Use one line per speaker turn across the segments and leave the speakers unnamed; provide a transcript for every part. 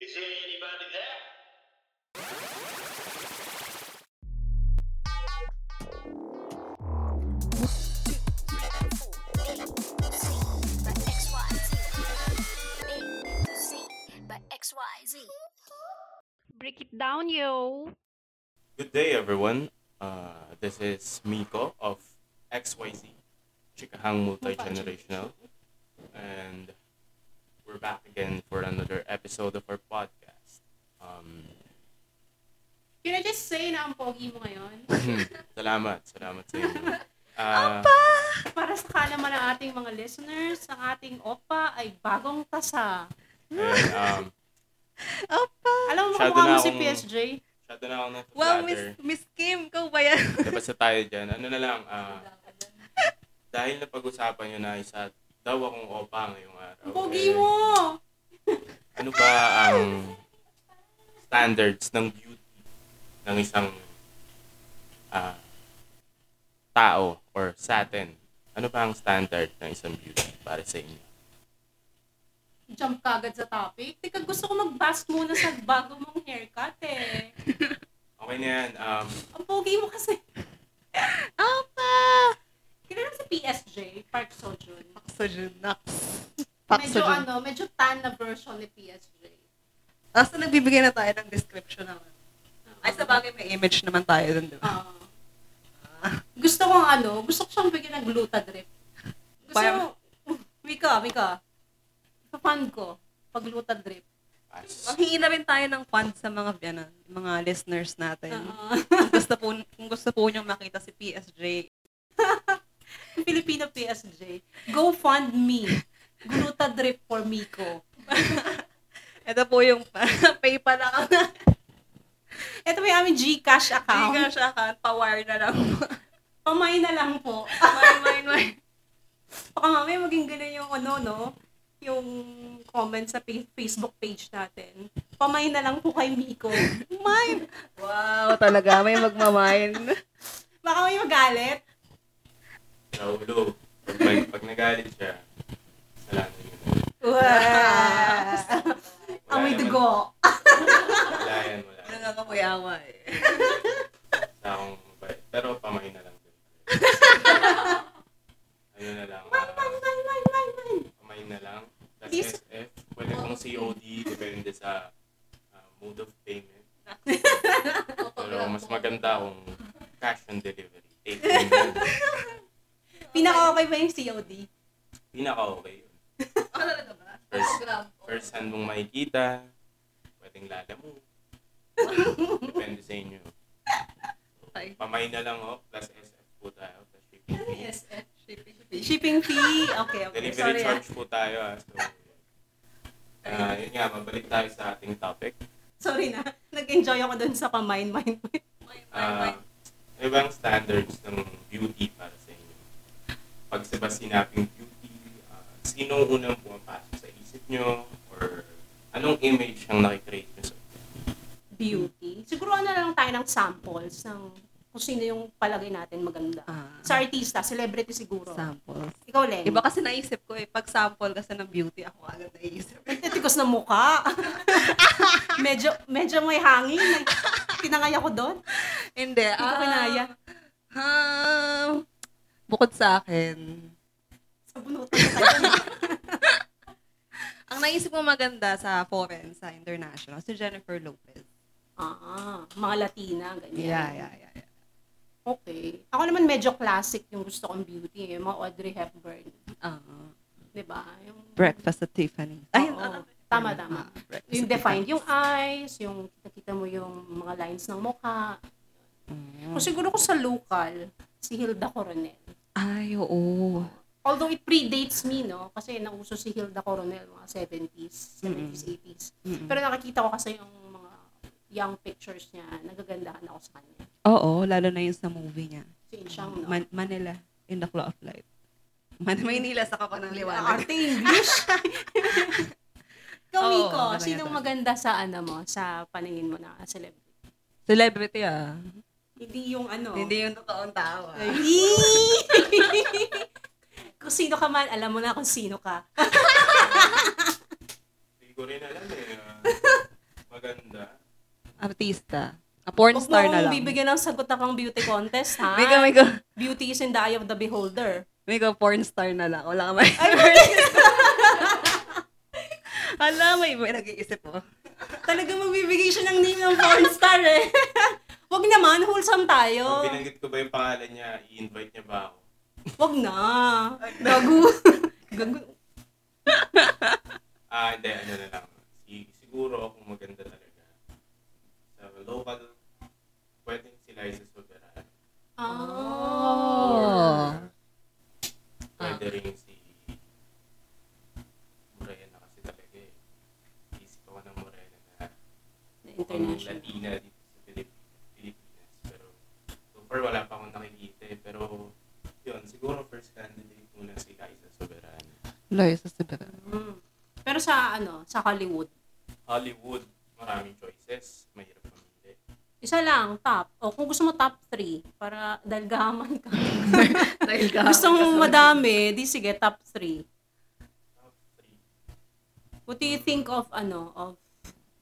Is there anybody there?
XYZ. Break it down, yo.
Good day, everyone. Uh, this is Miko of XYZ, Chikahang Multi-Generational. And we're back again for another episode of our podcast. Um,
Can I just say na ang pogi mo ngayon?
salamat, salamat sa inyo. Uh,
Para sa kalaman ng ating mga listeners, ang ating opa ay bagong tasa.
and, um,
Alam mo ba
Masyado
kung
na
mo si
akong-
PSJ?
Shadow na ako ng
Wow, Miss,
flatter.
Miss Kim, kau ba yan?
Labas na tayo dyan. Ano na lang, ah, dahil napag-usapan nyo na isa daw akong opa ngayong araw.
Ang pogi mo!
ano ba ang standards ng beauty ng isang ah, tao or sa atin? Ano ba ang standard ng isang beauty para sa inyo?
Jump ka agad sa topic. Teka, gusto ko mag-bust muna sa bago mong haircut eh.
Okay na yan. Um,
Ang pogi mo kasi.
Opa!
Kilala mo si PSJ, Park Sojun.
Sojunax.
Medyo
Paksojunax.
ano, medyo tan na version ni PSJ.
Asa nagbibigay na tayo ng description naman. Ay, sa bagay may image naman tayo dun, di ba?
Ah. gusto ko ang ano, gusto ko siyang bigyan ng glutadrip. Gusto
Parang-
ko, uh, Mika, Mika, fan ko pag glutadrip.
as-
Manghingi na rin tayo ng funds sa mga ano, mga listeners natin.
Ah.
Kung gusto po kung gusto po niyong makita si PSJ,
Filipino PSJ, go fund me. Glutadrip for Miko.
ito po yung PayPal account.
Ito may aming Gcash account.
Gcash account, pa-wire na lang.
Pamay na lang po.
mine, mine, mine.
Baka mamaya maging ganun yung ano, no? Yung comment sa pa- Facebook page natin. Pamay na lang po kay Miko. Mine!
Wow, talaga, may magmamine.
Baka may magalit.
Naulo. Pag, mag- pag nagalit siya, salamat yun.
Wow!
Wala
Amoy
naman-
dugo.
Wala yan, wala. yan.
Ano Nangangamoyawa eh.
Sa akong mabait. Pero pamahin na lang. din. ano na lang.
Man,
ah,
man, man, man, man, man.
kamay na lang. Tapos
This-
SF, pwede
Oh.
pong COD, depende sa uh, mode of payment.
Oh,
Pero mas maganda kung cash on delivery. Take and go.
Pinaka-okay ba yung COD?
Pinaka-okay yun.
talaga ba?
First, first hand mong makikita, pwedeng lala mo. depende sa inyo.
Okay.
Pamay na lang, oh. Plus SF po tayo. Plus shipping fee.
eh. Shipping fee? Okay, okay.
Delivery
Sorry. ah.
charge po tayo, ah. So, ah, yun nga, mabalik tayo sa ating topic.
Sorry na. Nag-enjoy ako dun sa pamain, mind, mind.
Ah, ano bang standards ng beauty para sa inyo? Pag sa ba sinabing beauty, ah, sino ang unang pumapasok sa isip nyo? Or anong image ang nakikreate nyo sa
beauty. Siguro ano lang tayo ng samples ng kung sino yung palagay natin maganda. Sa artista, celebrity siguro.
sample.
Ikaw, Len.
Ah, Iba kasi naisip ko eh, pag sample kasi ng beauty, ako agad naisip.
Nagtitikos ng mukha. medyo, medyo may hangin. Nag- Tinangay ako doon.
Hindi,
ko kinaya.
Um, bukod sa akin,
Sa bunutan ko tayo.
ang naisip ko maganda sa foreign, sa international, si Jennifer Lopez.
ah, mga Latina, ganyan.
yeah. yeah.
Okay. Ako naman medyo classic yung gusto kong beauty. Eh. Mga Audrey Hepburn.
Ah,
Di ba? Yung,
breakfast at Tiffany. Ayun,
Oo.
ah,
Tama, tama.
ah, breakfast
Yung
at
defined yung eyes, yung kita mo yung mga lines ng mukha.
Tiffany.
Kung siguro ko sa local, si Hilda Coronel.
Ay, oo.
Although it predates me, no? Kasi nauso si Hilda Coronel mga 70s, 70s, 80s.
Mm-mm.
Pero nakikita ko kasi yung mga young pictures niya, nagagandahan ako sa kanya.
Oo, lalo na yun sa movie niya.
Si Inshang, no?
Man- Manila, in the Claw of Ah, Light. Man Manila sa Kapa ng Liwanag.
Arte English. Ikaw,
Oo,
Miko,
maganda
sinong
yun.
maganda sa ano mo, sa paningin mo na celebrity?
Celebrity ah.
Hindi yung ano.
Hindi yung totoong tao ah.
kung sino ka man, alam mo na kung sino ka.
Hindi ko rin alam eh. ah. maganda.
Artista. A porn
Huwag
star
mong
na lang.
bibigyan ng sagot na kang beauty contest, ha?
May ka, may ka,
Beauty is in the eye of the beholder.
may ka porn star na lang. Wala ka may... Hala, may, may nag-iisip po.
Talaga magbibigay siya ng name ng porn star, eh. Huwag naman, wholesome
Pag
tayo.
binanggit ko ba yung pangalan niya, i-invite niya ba ako?
Huwag na. Gago. Gago.
Ah, hindi, ano na lang. Si, siguro kung maganda talaga. Sa local, pwedeng si Liza Soberano.
Oh.
Oh.
Pwede rin si Morena kasi talaga eh. Isip ako ng Morena na mukhang
International.
Latina dito sa Pilip- Pilipinas. Pero so far wala pa akong nakikita eh. Pero yun, siguro first candidate muna si Liza Soberano.
Liza Soberano.
Mm. Pero sa, ano, sa Hollywood,
Hollywood, maraming choices. Mahirap mamili.
isa lang, top. O kung gusto mo top 3, para dahil gahaman ka.
Dahil ka.
gusto mo madami, di sige, top 3.
Top three.
What do you think of, ano, of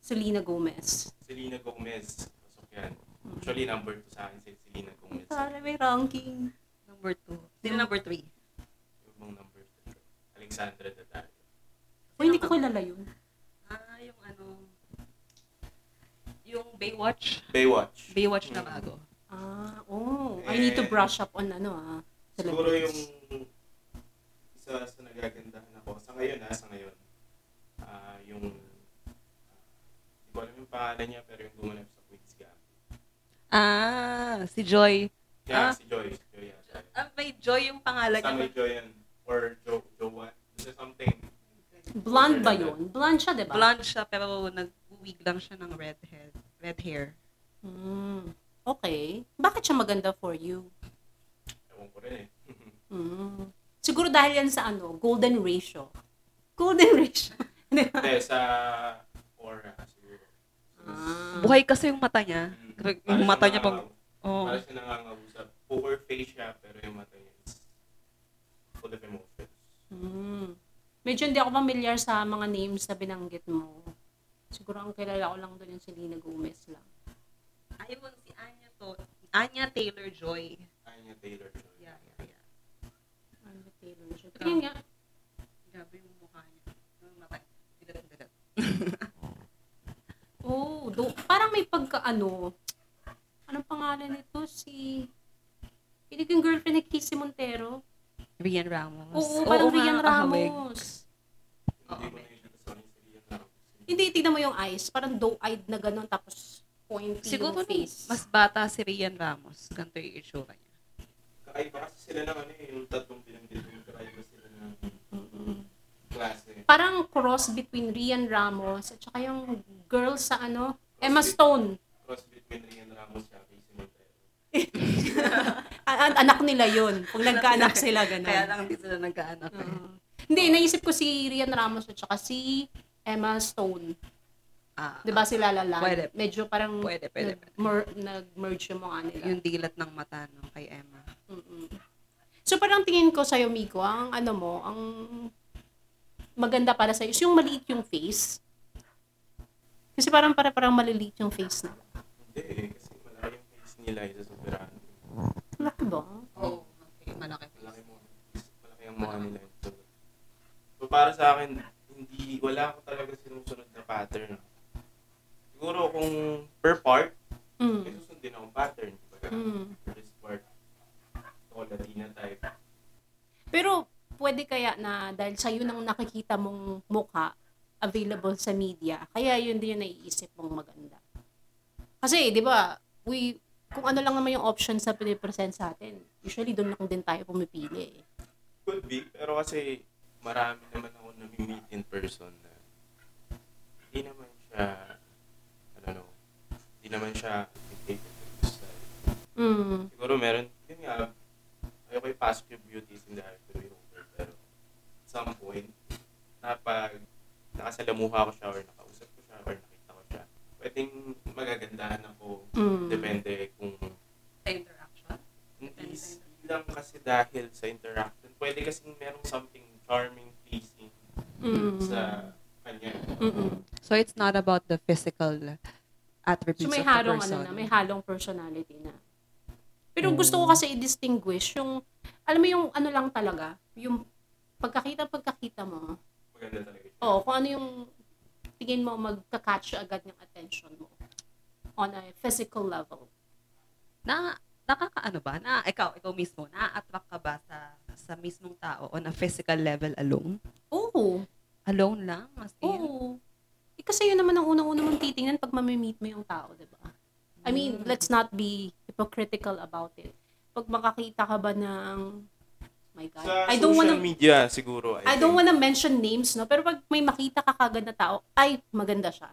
Selena Gomez?
Selena Gomez. Pasok yan. Actually, number two sa akin si Selena Gomez.
Para may ranking.
Number two. Sino number three?
Yung bang number three. Alexandra Daddario.
Uy, hindi ko kilala yun.
Ah, yung ano... Yung Baywatch.
Baywatch.
Baywatch na bago.
Ah, oh. I need to
Eh,
brush up on ano ah.
Siguro yung
celebrities.
isa sa nagagandahan ako sa ngayon ha, sa ngayon. Ah, yung ah, hindi ko alam yung pangalan niya pero yung gumanap sa Queen's Gambit.
Ah, si Joy.
Yeah,
Ah.
si Joy. Si Joy yata.
Ah, may Joy yung pangalan
Sa may
niya.
Joy yan. Or Jo, Jowa. Basta something.
Blonde ba yun? Blonde siya, diba? di ba?
Blonde siya, pero nag-wig lang siya ng redhead. Red hair.
Mm. Okay. Bakit siya maganda for you?
Ewan ko rin eh.
Mm. Siguro dahil yan sa ano, golden ratio. Golden ratio. Diba? Di ba?
Hindi, sa aura siguro. Mm.
Ah.
Hmm. Buhay kasi yung mata niya. Grabe, Yung mata niya pag...
Oh.
Oh.
Para siya nangangabusap. Poker face siya pero yung mata niya is full of emotions.
Mm. Medyo hindi ako familiar sa mga names na binanggit mo. Siguro ang kilala ko lang doon yung Selena Gomez lang.
Ayun, si Anya to. Anya Taylor-Joy.
Anya Taylor-Joy.
Yeah, yeah, yeah.
Ano, Taylor siya. Pero yun nga,
Grabe yung mukha niya. Yung mata. Dilat-dilat.
Oo, Oh, do, parang may pagkaano. Anong pangalan nito? Si... Pinig yung girlfriend ni Casey Montero.
Rian Ramos.
Oo, parang Rian
nga, ah, ahawig.
Ramos.
Hindi ko na yung nasasabi sa iyo na
Hindi, tignan mo yung eyes. Parang doe-eyed na gano'n, tapos pointy
Siguro
yung face.
mas bata si Rian Ramos. Ganito yung itsura niya.
Kakaiba kasi sila ng ano eh, yung tatlong binanggit mo, kakaiba sila ng klase.
Parang cross between Rian Ramos at saka yung girl sa ano, Emma
Cross
Stone.
Cross between Rian Ramos at Casey Montero.
A- an- anak nila yun. Pag nagkaanak sila,
Kaya
gano'n.
lang hindi sila nagkaanak. eh.
Oo. hindi, naisip ko si Rian Ramos at saka si Emma Stone.
Ah,
Di ba Diba sila lalan?
Pwede.
Medyo parang
Pwede, pwede, pwede.
nag-mer- nag-merge yung mga nila.
ah, Yung dilat ng mata no, kay Emma.
Mm-mm. So parang tingin ko sa'yo, Miko, ang ano mo, ang maganda para sa'yo is yung maliit yung face. Kasi parang para parang maliliit yung face na.
Hindi eh, kasi malaki yung face ni Liza Soberano.
Laki ba?
Oo. Oh, Okay, malaki.
Malaki mo. Malaki ang mukha ni Liza Soberano. So para sa akin, hindi, wala ako talaga sinusunod na pattern. ah. Siguro kung per part, may
Mm.
susundin akong pattern. Kumbaga,
Mm.
For this part, ako Latina type.
Pero pwede kaya na dahil sa'yo nang nakikita mong mukha available sa media, kaya yun din yung naiisip mong maganda. Kasi, di ba, we, kung ano lang naman yung option sa pinipresent sa atin, usually doon lang din tayo pumipili. eh.
Could be, pero kasi marami naman ako nami-meet in person na hindi naman siya, I don't know, hindi naman siya dedicated to this life.
Mm.
Siguro meron, yun nga, ayoko yung past your beauty in the eye to be over, pero at some point, napag nakasalamuha ko siya or nakausap ko siya or nakita ko siya, pwedeng magagandahan ako,
Mm.
depende kung
Interaction.
hindi lang kasi dahil sa interaction. Pwede kasing merong something charming, pleasing
Mm.
sa kanya.
Mm-mm.
So, So it's not about the physical attributes
So may
of the
halong ano
person.
na, may halong personality na. Pero gusto ko kasi i-distinguish yung, alam mo yung ano lang talaga, yung pagkakita-pagkakita mo,
Maganda talaga. siya.
oo, kung ano yung tingin mo magka-catch agad ng attention mo on a physical level.
na nakakaano ba? Na ikaw, ikaw mismo, na-attract ka ba sa sa mismong tao on a physical level alone?
Oo,
Alone lang, as in.
oo. Eh, kasi yun naman ang unang-una mong titingnan pag mamimit mo yung tao, di ba? I mean, let's not be hypocritical about it. Pag makakita ka ba ng, my God,
Sa
I don't wanna,
social media, siguro.
I don't wanna mention names, no? Pero pag may makita ka kagad na tao, ay, maganda siya.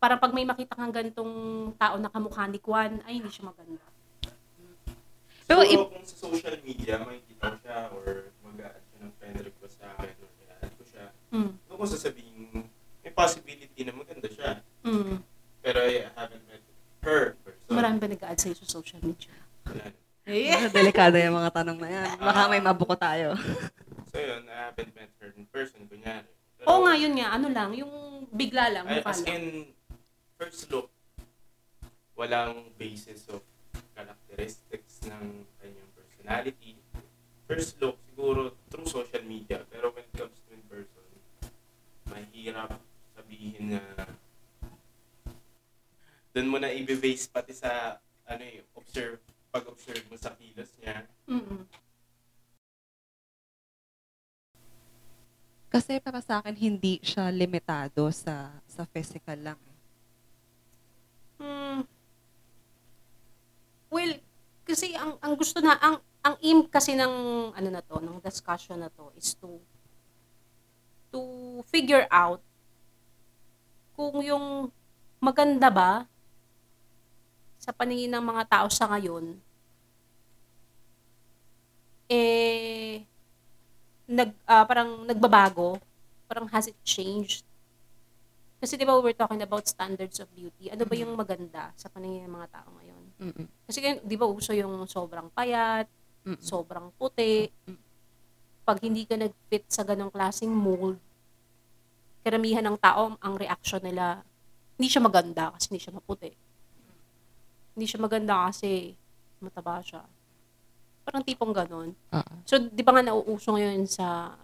Para pag may makita kang ganitong tao na kamukha ni Kwan, ay, hindi siya maganda.
Pero
Pero if-
kung sa social media, makikita ko siya or mag-a-add siya ng friend request sa akin or i-add ko siya.
Mm.
Huwag ko sasabihin, may possibility na maganda siya.
Mm.
Pero I haven't met her person.
Marami ba nag-add sa'yo sa social media?
Wala. Eh.
Yeah. Delikado yung mga tanong na yan. Baka may mabuko tayo.
So yun, I haven't met her in person, kunyari. Pero,
Oo nga, yun nga. Ano lang, yung bigla lang,
I-
mukha
As
lang.
in, first look, walang basis of characteristics ng kanyang personality. First look, siguro through social media. Pero when it comes to in person, mahirap sabihin na doon mo na i-base pati sa ano eh, observe, pag-observe mo sa kilos niya.
Mm-mm.
Kasi para sa akin, hindi siya limitado sa sa physical lang. eh.
Mm. Well, kasi ang ang gusto na ang ang aim kasi ng ano na to, ng discussion na to is to to figure out kung yung maganda ba sa paningin ng mga tao sa ngayon eh nag ah, parang nagbabago, parang has it changed kasi di ba we were talking about standards of beauty. Ano ba yung maganda sa paningin ng mga tao ngayon?
Mm-mm.
Kasi ngayon, di ba uso yung sobrang payat, sobrang puti. Pag hindi ka nag-fit sa ganong klaseng mold, karamihan ng tao, ang reaction nila, hindi siya maganda kasi hindi siya maputi. Hindi siya maganda kasi mataba siya. Parang tipong ganon. So, di ba nga nauuso ngayon sa,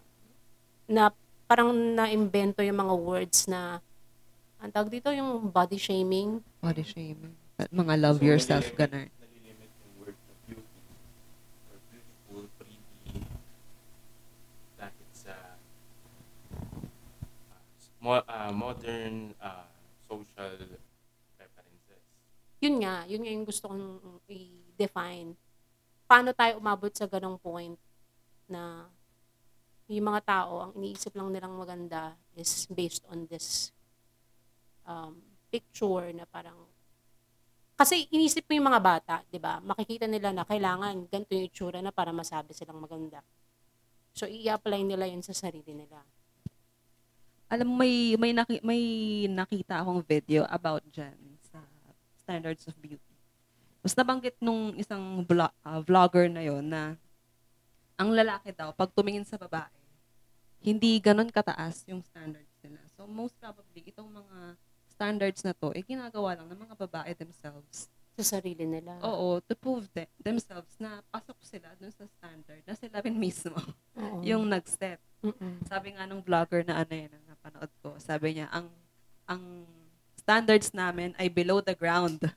na parang na-invento yung mga words na, ang tawag dito, yung body shaming.
Body shaming. At mga love yourself, ganun.
Nalilimit yung word na beauty or beautiful, pretty dahil sa ah, mo- ah, modern ah, social preferences.
Yun nga, yun nga yung gusto kong i-define. Paano tayo umabot sa ganong point na yung mga tao, ang iniisip lang nilang maganda is based on this um, picture na parang kasi inisip mo yung mga bata, di ba? Makikita nila na kailangan ganito yung itsura na para masabi silang maganda. So, i-apply nila yun sa sarili nila.
Alam mo, may, may, naki- may nakita akong video about dyan sa standards of beauty. Mas nabanggit nung isang vlog, vlogger na yon na ang lalaki daw, pag tumingin sa babae, hindi ganun kataas yung standards nila. So most probably, itong mga standards na to, eh, ginagawa lang ng mga babae themselves
Sa sarili nila.
Oo, to prove the- themselves na pasok sila dun sa standard na sila rin mismo
Oo.
yung nag-set.
Mm-mm.
Sabi nga nung vlogger na ano yun, ang napanood ko, sabi niya, ang, ang standards namin ay below the ground.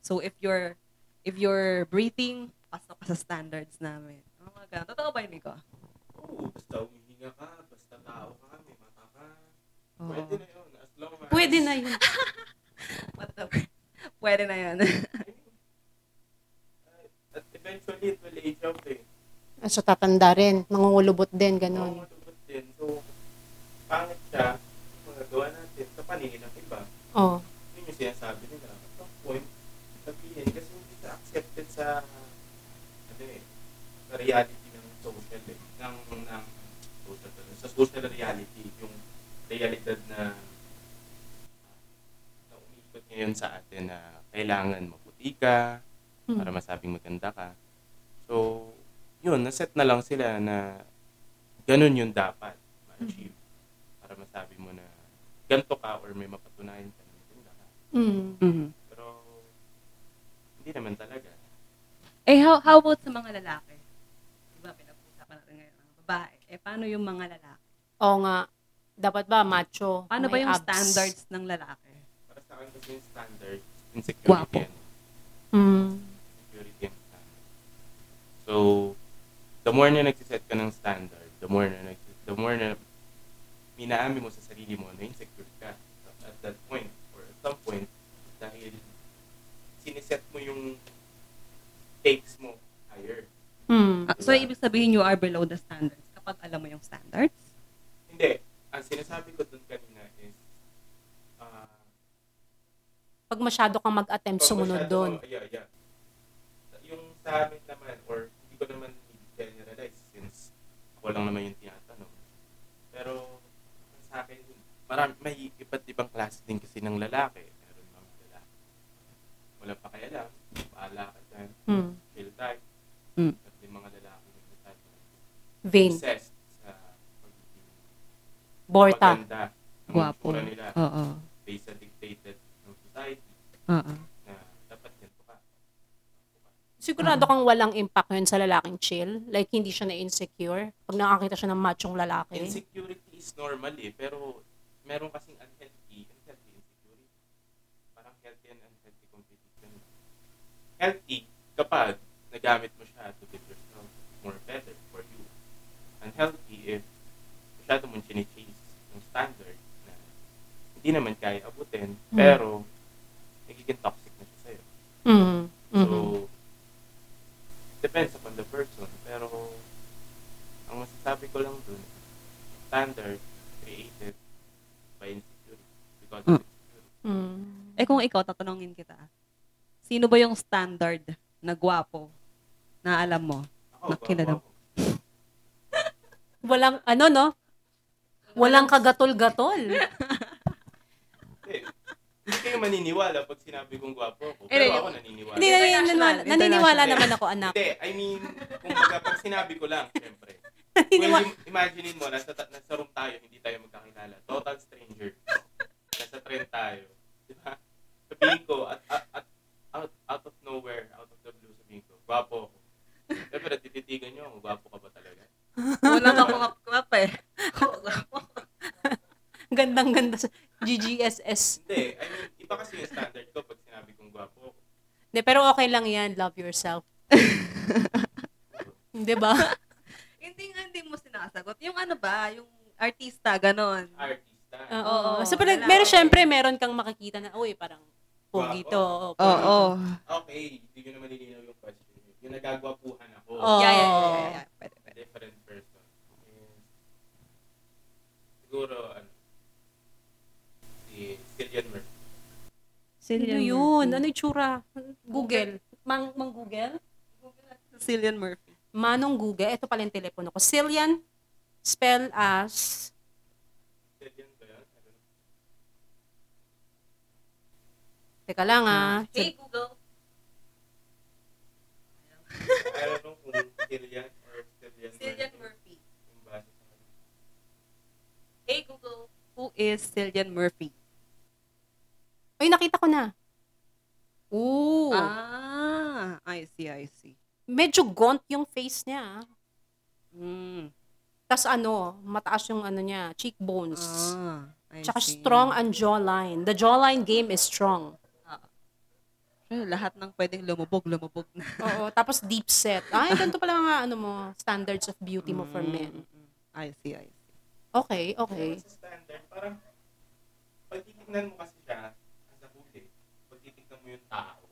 So if you're, if you're breathing, pasok ka sa standards namin. Ang mga ganun. Totoo ba yun, Nico?
Oo, Oh, basta umihinga ka, basta tao ka, may mata ka.
Oo.
Pwede na yun, as long as...
Oh. Pwede na yun.
What the, pwede na yun.
At eventually, it will age out eh.
So, tatanda rin. Mangungulubot din,
Oo,
ganun.
matubot din. So, pangit siya, magagawa natin sa paningin ng iba.
Oo.
yun yung sinasabi nila. At some point, sabihin, kasi hindi siya accepted sa, ano eh, sa reality ng social, eh, ng, ng, social, ano, sa social reality, yung realidad na, na umiikot ngayon sa atin na kailangan maputi ka,
Hmm.
para masabing maganda ka. So, yun, naset na lang sila na ganun yung dapat ma-achieve para masabi mo na ganito ka or may mapatunayan ka na maganda ka.
Mm.
Mhm.
Pero, hindi naman talaga.
Eh, how, how about sa mga lalaki? Diba, pinag-uusapan natin ngayon ang babae. Eh, paano yung mga lalaki?
Oo nga. Dapat ba macho?
Paano
May
ba yung
abs?
standards ng lalaki?
Para sa akin kasi yung standard, insecurity
Guwapo.
yan.
Mm.
Security and standard. So, the more na nagsiset ka ng standard, the more na nagsis- the more na minaami mo sa sarili mo na insecure ka at that point or at some point dahil siniset mo yung takes mo higher.
Mm.
Ah, so, ibig sabihin you are below the standards kapag alam mo yung standards?
Hindi. Ang sinasabi ko dun kanina is ah,
Pag masyado kang mag-attempt
pag
sumunod
masyado-
doon.
Yeah, yeah. Yung sa amin naman, or hindi ko naman generalize since ako lang naman yung tinatanong. Pero sa akin, marami, may iba't ibang klase din kasi ng lalaki. Meron mga lalaki. Wala pa kaya lang, paala ka dyan,
Mm.
chill type.
Mm.
At yung mga lalaki na nagtatang
Vain.
obsessed sa pagiging
Borta.
maganda ng
Guwapo.
itsura nila
Oo.
based sa dictated ng society
Oo.
na dapat ganito ka.
Sigurado kang walang impact yun sa lalaking chill. Like, hindi siya na-insecure. Pag nakakita siya ng machong lalaki.
Insecurity is normal eh, pero meron kasing unhealthy, unhealthy insecurity. Parang healthy and unhealthy competition. Healthy kapag nagamit mo siya to give yourself more better for you. Unhealthy if masyado mong chine-chase ng standard na hindi naman kaya abutin,
Mm.
pero nagiging toxic na siya sa'yo.
Mm. Mm.
So, depends upon the person. Pero, ang masasabi ko lang dun, standard created by insecurity. Because of
Mm.
insecurity.
Mm.
Eh, kung ikaw, tatanungin kita. Sino ba yung standard na gwapo na alam mo?
Ako,
Nakilala
ako.
Walang, ano no? Walang kagatol-gatol.
Hindi. Hindi kayo maniniwala pag sinabi kong gwapo ako.
Eh,
Pero
eh,
ako naniniwala.
Hindi, naniniwala,
International,
naniniwala
international.
naman ako, anak.
Hindi, I mean, kung baga, pag sinabi ko lang, syempre.
Naniniwa-
Well, im- imaginein mo, nasa, ta- nasa room tayo, hindi tayo magkakilala. Total stranger. nasa trend tayo. Di ba? Sabihin ko, at, at, at, out, out of nowhere, out of the blue, sabihin ko, gwapo ako. Siyempre, tititigan nyo, ako, gwapo ka ba talaga?
Walang kakwap-kwap eh.
Gandang-ganda sa GGSS.
Hindi, I mean, iba kasi yung standard ko pag sinabi kong gwapo ako.
Hindi, pero okay lang yan. Love yourself. Di ba?
hindi nga, hindi mo sinasagot. Yung ano ba, yung artista, ganon.
Artista.
Oo.
Oo.
So, parang, meron, syempre, meron kang makikita na, uy, parang, pogi to. Oo.
Oo. Oh,
Okay, hindi nyo naman nilinaw yung question. Yung nagagwapuhan ako.
Oo.
Yeah, yeah, yeah, yeah, Oh.
Oh.
yeah. Pwede, pwede.
different person. And siguro, ano, si Cillian Murphy.
Sino yun? Ano yung tsura? Google. Mang, mang Google?
Cillian Murphy.
Manong Google. Ito pala yung telepono ko. Cillian, spell as
Cillian ba yan? I don't know.
Teka lang ah.
Google.
I don't know kung Cillian or Cillian,
Murphy.
Yung base sa akin.
Hey Google. Who is Cillian Murphy?
Ay, nakita ko na. Ooh.
Ah, I see, I see.
Medyo gaunt yung face niya. ah.
Mm.
tas ano, mataas yung ano niya, cheekbones.
Ah, I
Tsaka
see.
strong ang jawline. The jawline game is strong.
Eh, Lahat ng pwedeng lumubog, lumubog na.
Oo, tapos deep set. Ay, ganito pala mga ano mo, standards of beauty mo for men.
Mm-mm. I see, I see.
Okay,
Pero
okay.
sa standard, parang pag titignan mo kasi siya as a whole eh, pag titignan mo yung tao,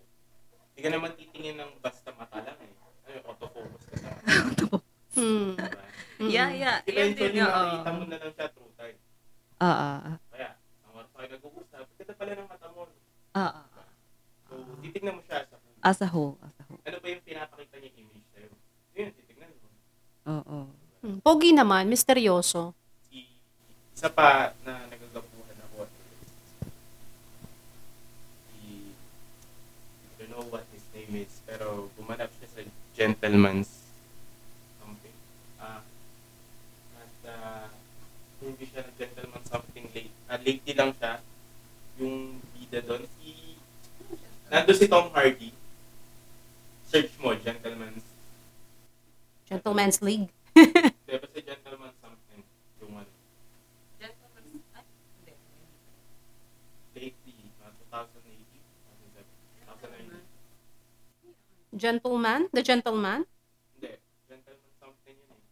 hindi ka naman titingin ng basta mata lang eh. Ano, autofocus ka sa mata.
Hmm.
diba?
Mm-mm.
Yeah, yeah. Yun din
Eventually,
yun.
makikita mo na lang siya through time.
Ah, ah,
Kaya, ang oras tayo nag-uusap, ganda pala ng mata mo.
ah, ah. ah.
So, titignan mo siya sa
As a whole, as a whole.
ano ba yung pinapakita niya image sa'yo. Yun, titignan mo.
Oo.
Hmm. Pogi naman, misteryoso.
Si, isa pa na nagagabuhan ako. Si, I don't know what his name is, pero gumanap siya sa gentleman's something. Ah, at ah, hindi siya na gentleman something late. Ah, lady lang bida doon, i... Nandun si Tom Hardy. Search mo, Gentleman's.
Gentleman's League.
Diba sa Gentleman something? Yung ano, lately, mga 2018, 2019.
Gentleman? The Gentleman?
Hindi, Gentleman something yun eh.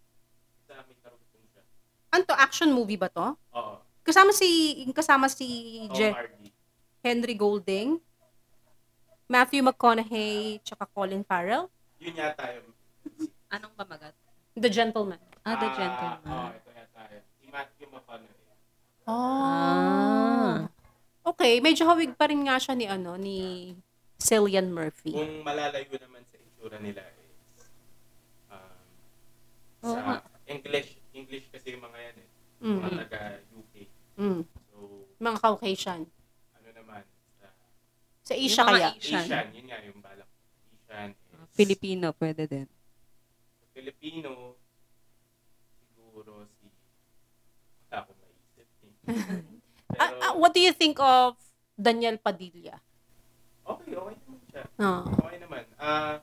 Sa
Ah,
may karugtong siya. Ah, oh,
Ano to? Action movie ba to?
Oo,
Kasama si, kasama si
Tom
Je-
Hardy.
Henry Golding, Matthew McConaughey, tsaka Colin Farrell.
Yun yata yun.
Anong pamagat?
The Gentleman.
Ah, The
Oo,
Gentleman.
ito yata yun. Si Matthew eh. McConaughey.
Ah.
Okay, medyo hawig pa rin nga siya ni ano ni Cillian Murphy.
Kung malalayo naman sa itsura nila is um,
Oo nga.
sa English, English kasi yung mga yan eh. Mga
Mm.
taga UK.
Mm.
So,
Mga Caucasian.
ano naman, sa
Sa Asia
Yung mga
kaya.
Asian.
Asian, yun nga yung balak. Asian is
Filipino, pwede din.
Filipino, siguro si, wala akong maisip. eh.
Ah,
Pero,
ah, what do you think of Daniel Padilla?
okay, okay naman siya.
Ah.
Okay naman. Ah,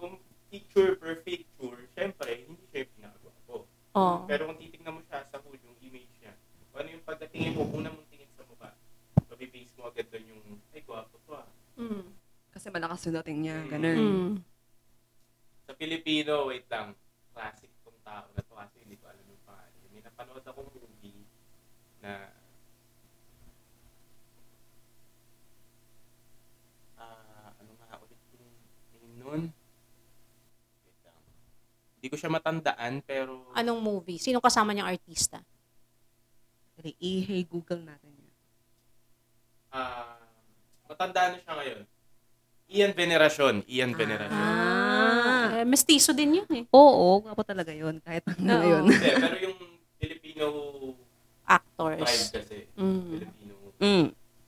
kung picture per picture, syempre, hindi siya yung pinakagwapo.
Oh.
Pero kung titignan mo siya sa hood, yung image niya, kung ano yung pagkatingin mo, una mong tingin sa mukha, mabibase mo agad doon yung, ay, gwapo to ah.
Mm.
Kasi malakas yung dating niya, ganun.
Mm.
Sa Pilipino, wait lang, classic tong tao na to kasi hindi ko alam yung pangalan. May napanood akong movie na ah ano nga ulit yung name nun? Wait lang. Hindi ko siya matandaan pero
Anong movie? Sino kasama niyang artista?
Dali, Ihey, Google natin yan.
ah matandaan na siya ngayon. Ian Veneracion. Ian Veneracion.
Ah.
Eh, mestizo din yun eh.
Oo, ako talaga yun, kahit
Oo.
ang ngayon.
Hindi, pero yung Filipino vibe
Actors.
kasi.
Mm.
Filipino.
Mm.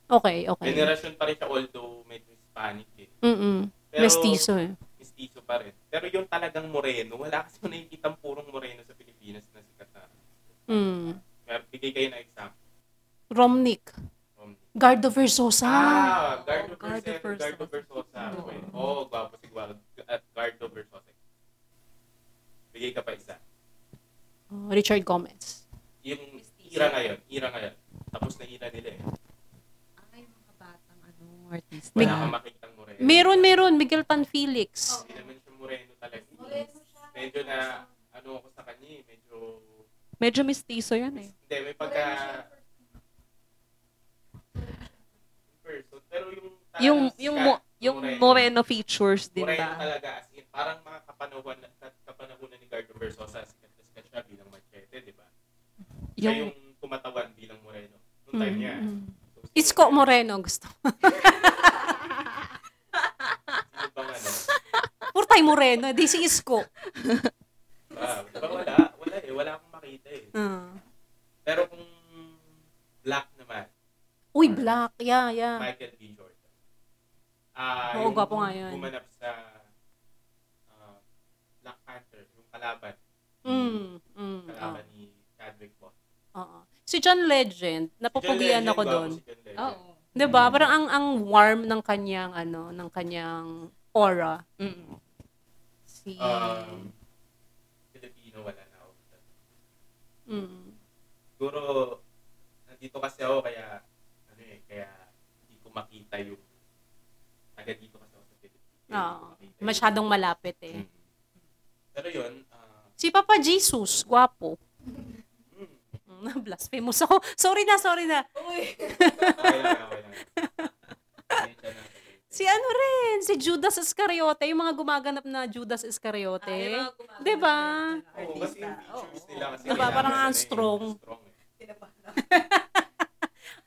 Okay, okay.
Veneracion pa rin siya although medyo Hispanic eh.
Mm-mm.
Pero,
Mestizo eh.
mestizo pa rin. Pero yung talagang moreno, wala kasi mo nakikitang purong moreno sa Pilipinas na sikat na.
Mm.
Pero bigay kayo ng example.
Romnick.
From,
Gardo Versosa.
ah, Gardo
Oh, Gardo
Versosa. Gardo Versosa.
Oo.
Okay. Oo, oh, gwapo si Guardo, at Gardo Versosa. Bigay ka pa isa.
Oh, Richard Gomez.
Yung
Mestizo.
ira ngayon, ira ngayon. Tapos na ira nila eh.
Ay, mga batang ano, artista.
Wala kang makitang moreno.
Meron, meron. Miguel Panfelix.
Hindi naman siya moreno talaga. Medyo na, ano ako sa kanya eh, medyo
Medyo mistiso yan eh.
Hindi, may pagka... Person. Pero yung... talagang
Yung, yung,
sikat,
mo, yung moreno features din
Moreno
ba?
talaga. As in, parang mga kapanahuan, kapanahunan ni Gardo Versosa, sikat na sikat siya bilang machete, di ba? Siya
Yung, Mm-hmm.
yung tumatawan bilang moreno. Noong time niya. So, sino-
Mm, Isko Moreno gusto.
Sino bang ano?
Purtay Moreno. eh, Di si Isko.
Ah, di ba wala? Wala eh. Wala akong makita eh.
Ah.
Pero kung black naman,
Uy, black. Yeah, yeah.
Michael B. Jordan. Ah,
Oo,
yung
gwapo nga yun.
Gumanap sa ah, Black Panther, yung kalaban.
Mm, mm, oo.
Kalaban ni Chadwick Boseman.
Oo. Si John
Si
Legend,
John
napupugian
Legend,
ako
gwapo
doon.
si John Legend.
oo.
'Di ba? Parang ang ang warm ng kanyang ano, ng kanyang aura.
Mm.
Si
Um, Filipino, wala na ako.
mm.
Siguro, nandito kasi ako, kaya, ano eh, kaya hindi ko makita yung taga dito kasi ako sa Pilipinas. Kaya hindi ko
Oo.
makita yung-
Ah, masyadong malapit eh.
Mm. Pero yun, ah,
Si Papa Jesus, gwapo.
mm,
Mm, Blasphemous ako. Sorry na, sorry na.
okay lang, okay lang. Pasensya na.
Si ano rin, si Judas Iscariote, yung mga gumaganap na Judas Iscariote. Di
Diba?
ba?
Oo, kasi yung features nila kasi
Diba,
kailangan
parang
ano
ang
eh,
strong.
strong eh.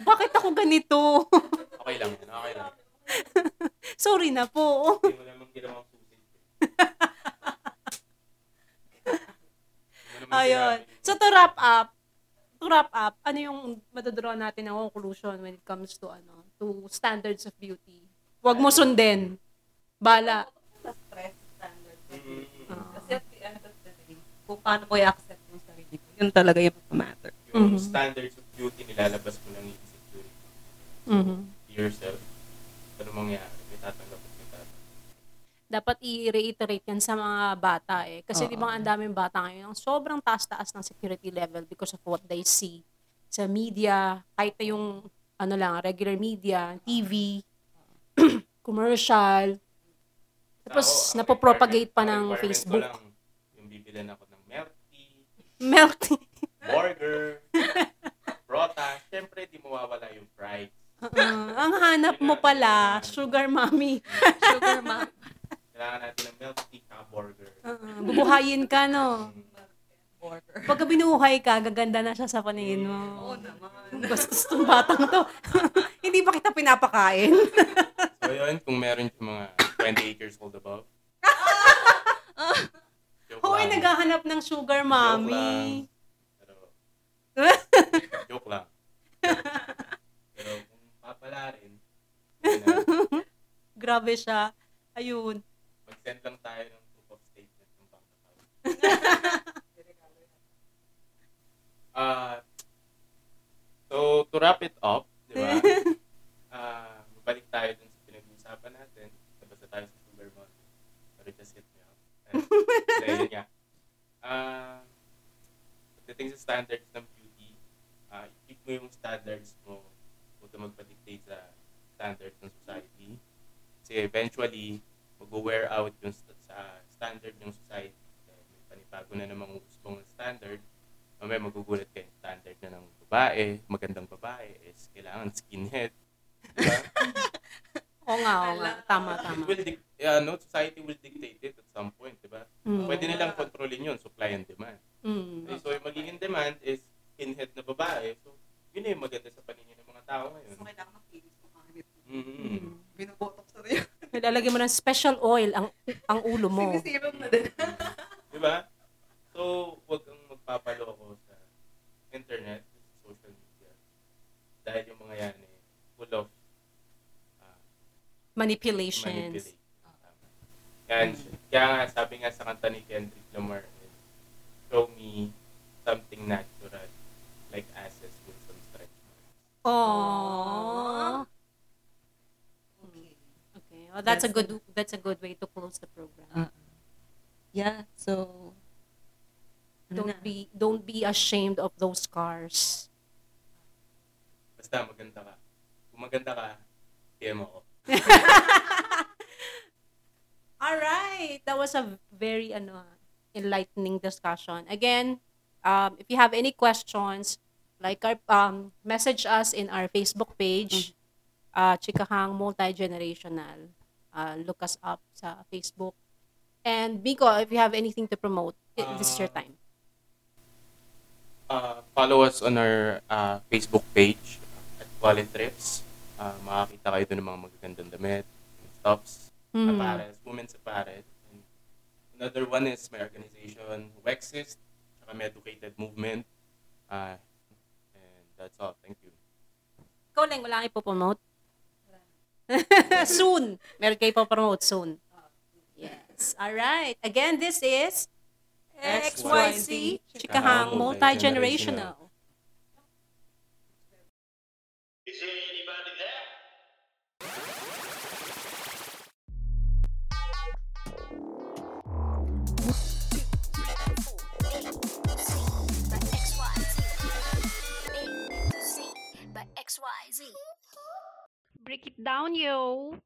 Bakit ako ganito?
Okay lang, yan, okay lang.
Sorry na po.
Hindi mo namang ginawang susi.
Ayun. So to wrap up, to wrap up, ano yung madadraw natin ng conclusion when it comes to ano, to standards of beauty? Huwag mo sundin. Bala.
Sa stress standard.
mm
Kasi at the end of the day, kung paano mo i-accept yung sarili ko, yun talaga yung matter.
Yung
Mhm.
standards of beauty nilalabas mo lang yung insecurity.
Mhm.
Hindi yourself, ano mangyari, may tatanggap at may tatanggap.
dapat i-reiterate yan sa mga bata eh. Kasi
Oo.
di ba ang daming bata ngayon, ang sobrang taas-taas ng security level because of what they see sa media, kahit na yung ano lang, regular media, TV, commercial. Tapos,
Tao, ang
napopropagate pa
ah, oh, requirement- ang
ng
requirement ko
Facebook.
lang, yung bibilan ako ng milk tea,
Milk tea.
burger, prota, syempre di mawawala yung fries.
Uh, ang hanap mo pala, sugar mommy.
Sugar mom.
Kailangan natin ng milk tea ka burger.
Uh, bubuhayin ka, no?
Mm.
Order.
Pagka binuhay ka, gaganda na siya sa paningin mo.
Oo naman.
Bastos tong batang to. Hindi pa kita pinapakain.
So yun, kung meron yung mga 28 years old above. Joke
Hoy,
lang.
naghahanap ng sugar mommy.
Pero, joke lang. Pero kung papala rin, yun na.
Grabe siya. Ayun.
mag-send lang tayo ng proof of statement ng bank account. Ah, so, to wrap it up, di ba? Ah, balik tayo dun sa pinag-uusapan natin. Tapos na tayo sa Sugar Monday. Sorry, just hit me up. Dahil yun nga. Ah, pagdating sa standards ng beauty, ah, i-keep mo yung standards mo huwag ka magpa-dictate sa standards ng society. Kasi eventually, mag-wear out yung st- sa standard ng society. Kaya May panibago na namang usbong ng standard. Mamaya magugulat kayo, standard na ng babae, magandang babae, is kailangan skinhead. Diba?
Oo nga, oo nga. Tama, tama.
It will dic- uh, no, society will dictate it at some point, di ba?
Mm.
Pwede nilang kontrolin yun, supply and demand.
Mm.
Eh, So, yung magiging demand is skinhead na babae. So, yun na yung maganda sa paningin ng mga tao ngayon.
kailangan ng kilis ko pangit.
Mhm.
Mm.
Binubotok sa rin.
Nilalagay mo ng special oil ang ang ulo mo.
na
Di
din.
ba? Diba? So, wag kang magpapaloko sa internet, sa social media. Dahil yung mga yan eh, full of ah,
Manipulations.
manipulation. Tama. And kaya nga, sabi nga sa kanta ni Kendrick Lamar, is, show me something natural like asses with some stretch marks.
Oh.
Okay.
Okay. Well, that's a good that's a good way to close the program.
Yeah, so... ano
Don't be don't be ashamed of those scars.
Basta maganda ka. Kung maganda ka, PM ako.
All right. That was a very ano, ah, enlightening discussion. Again, um, if you have any questions, like our um, message us in our Facebook page, uh, Chikahang Multigenerational. Uh, look us up sa Facebook. And Biko, if you have anything to promote, i- this is your
Uh,
time.
Uh, follow us on our uh, Facebook page at Wallet Trips. Uh, makakita kayo doon ng mga magagandang damit, tops,
Hmm.
apares, women's apares. And another one is my organization, Wexist, saka may Educated Movement. Uh, and that's all. Thank you.
Ikaw lang, wala kang ipopromote? soon. Meron kayo ipopromote soon. Yes. All right. Again, this is XYZ Chikahang Multigenerational.
Is there anybody there?
by XYZ. A to Z by XYZ. Break it down, yo.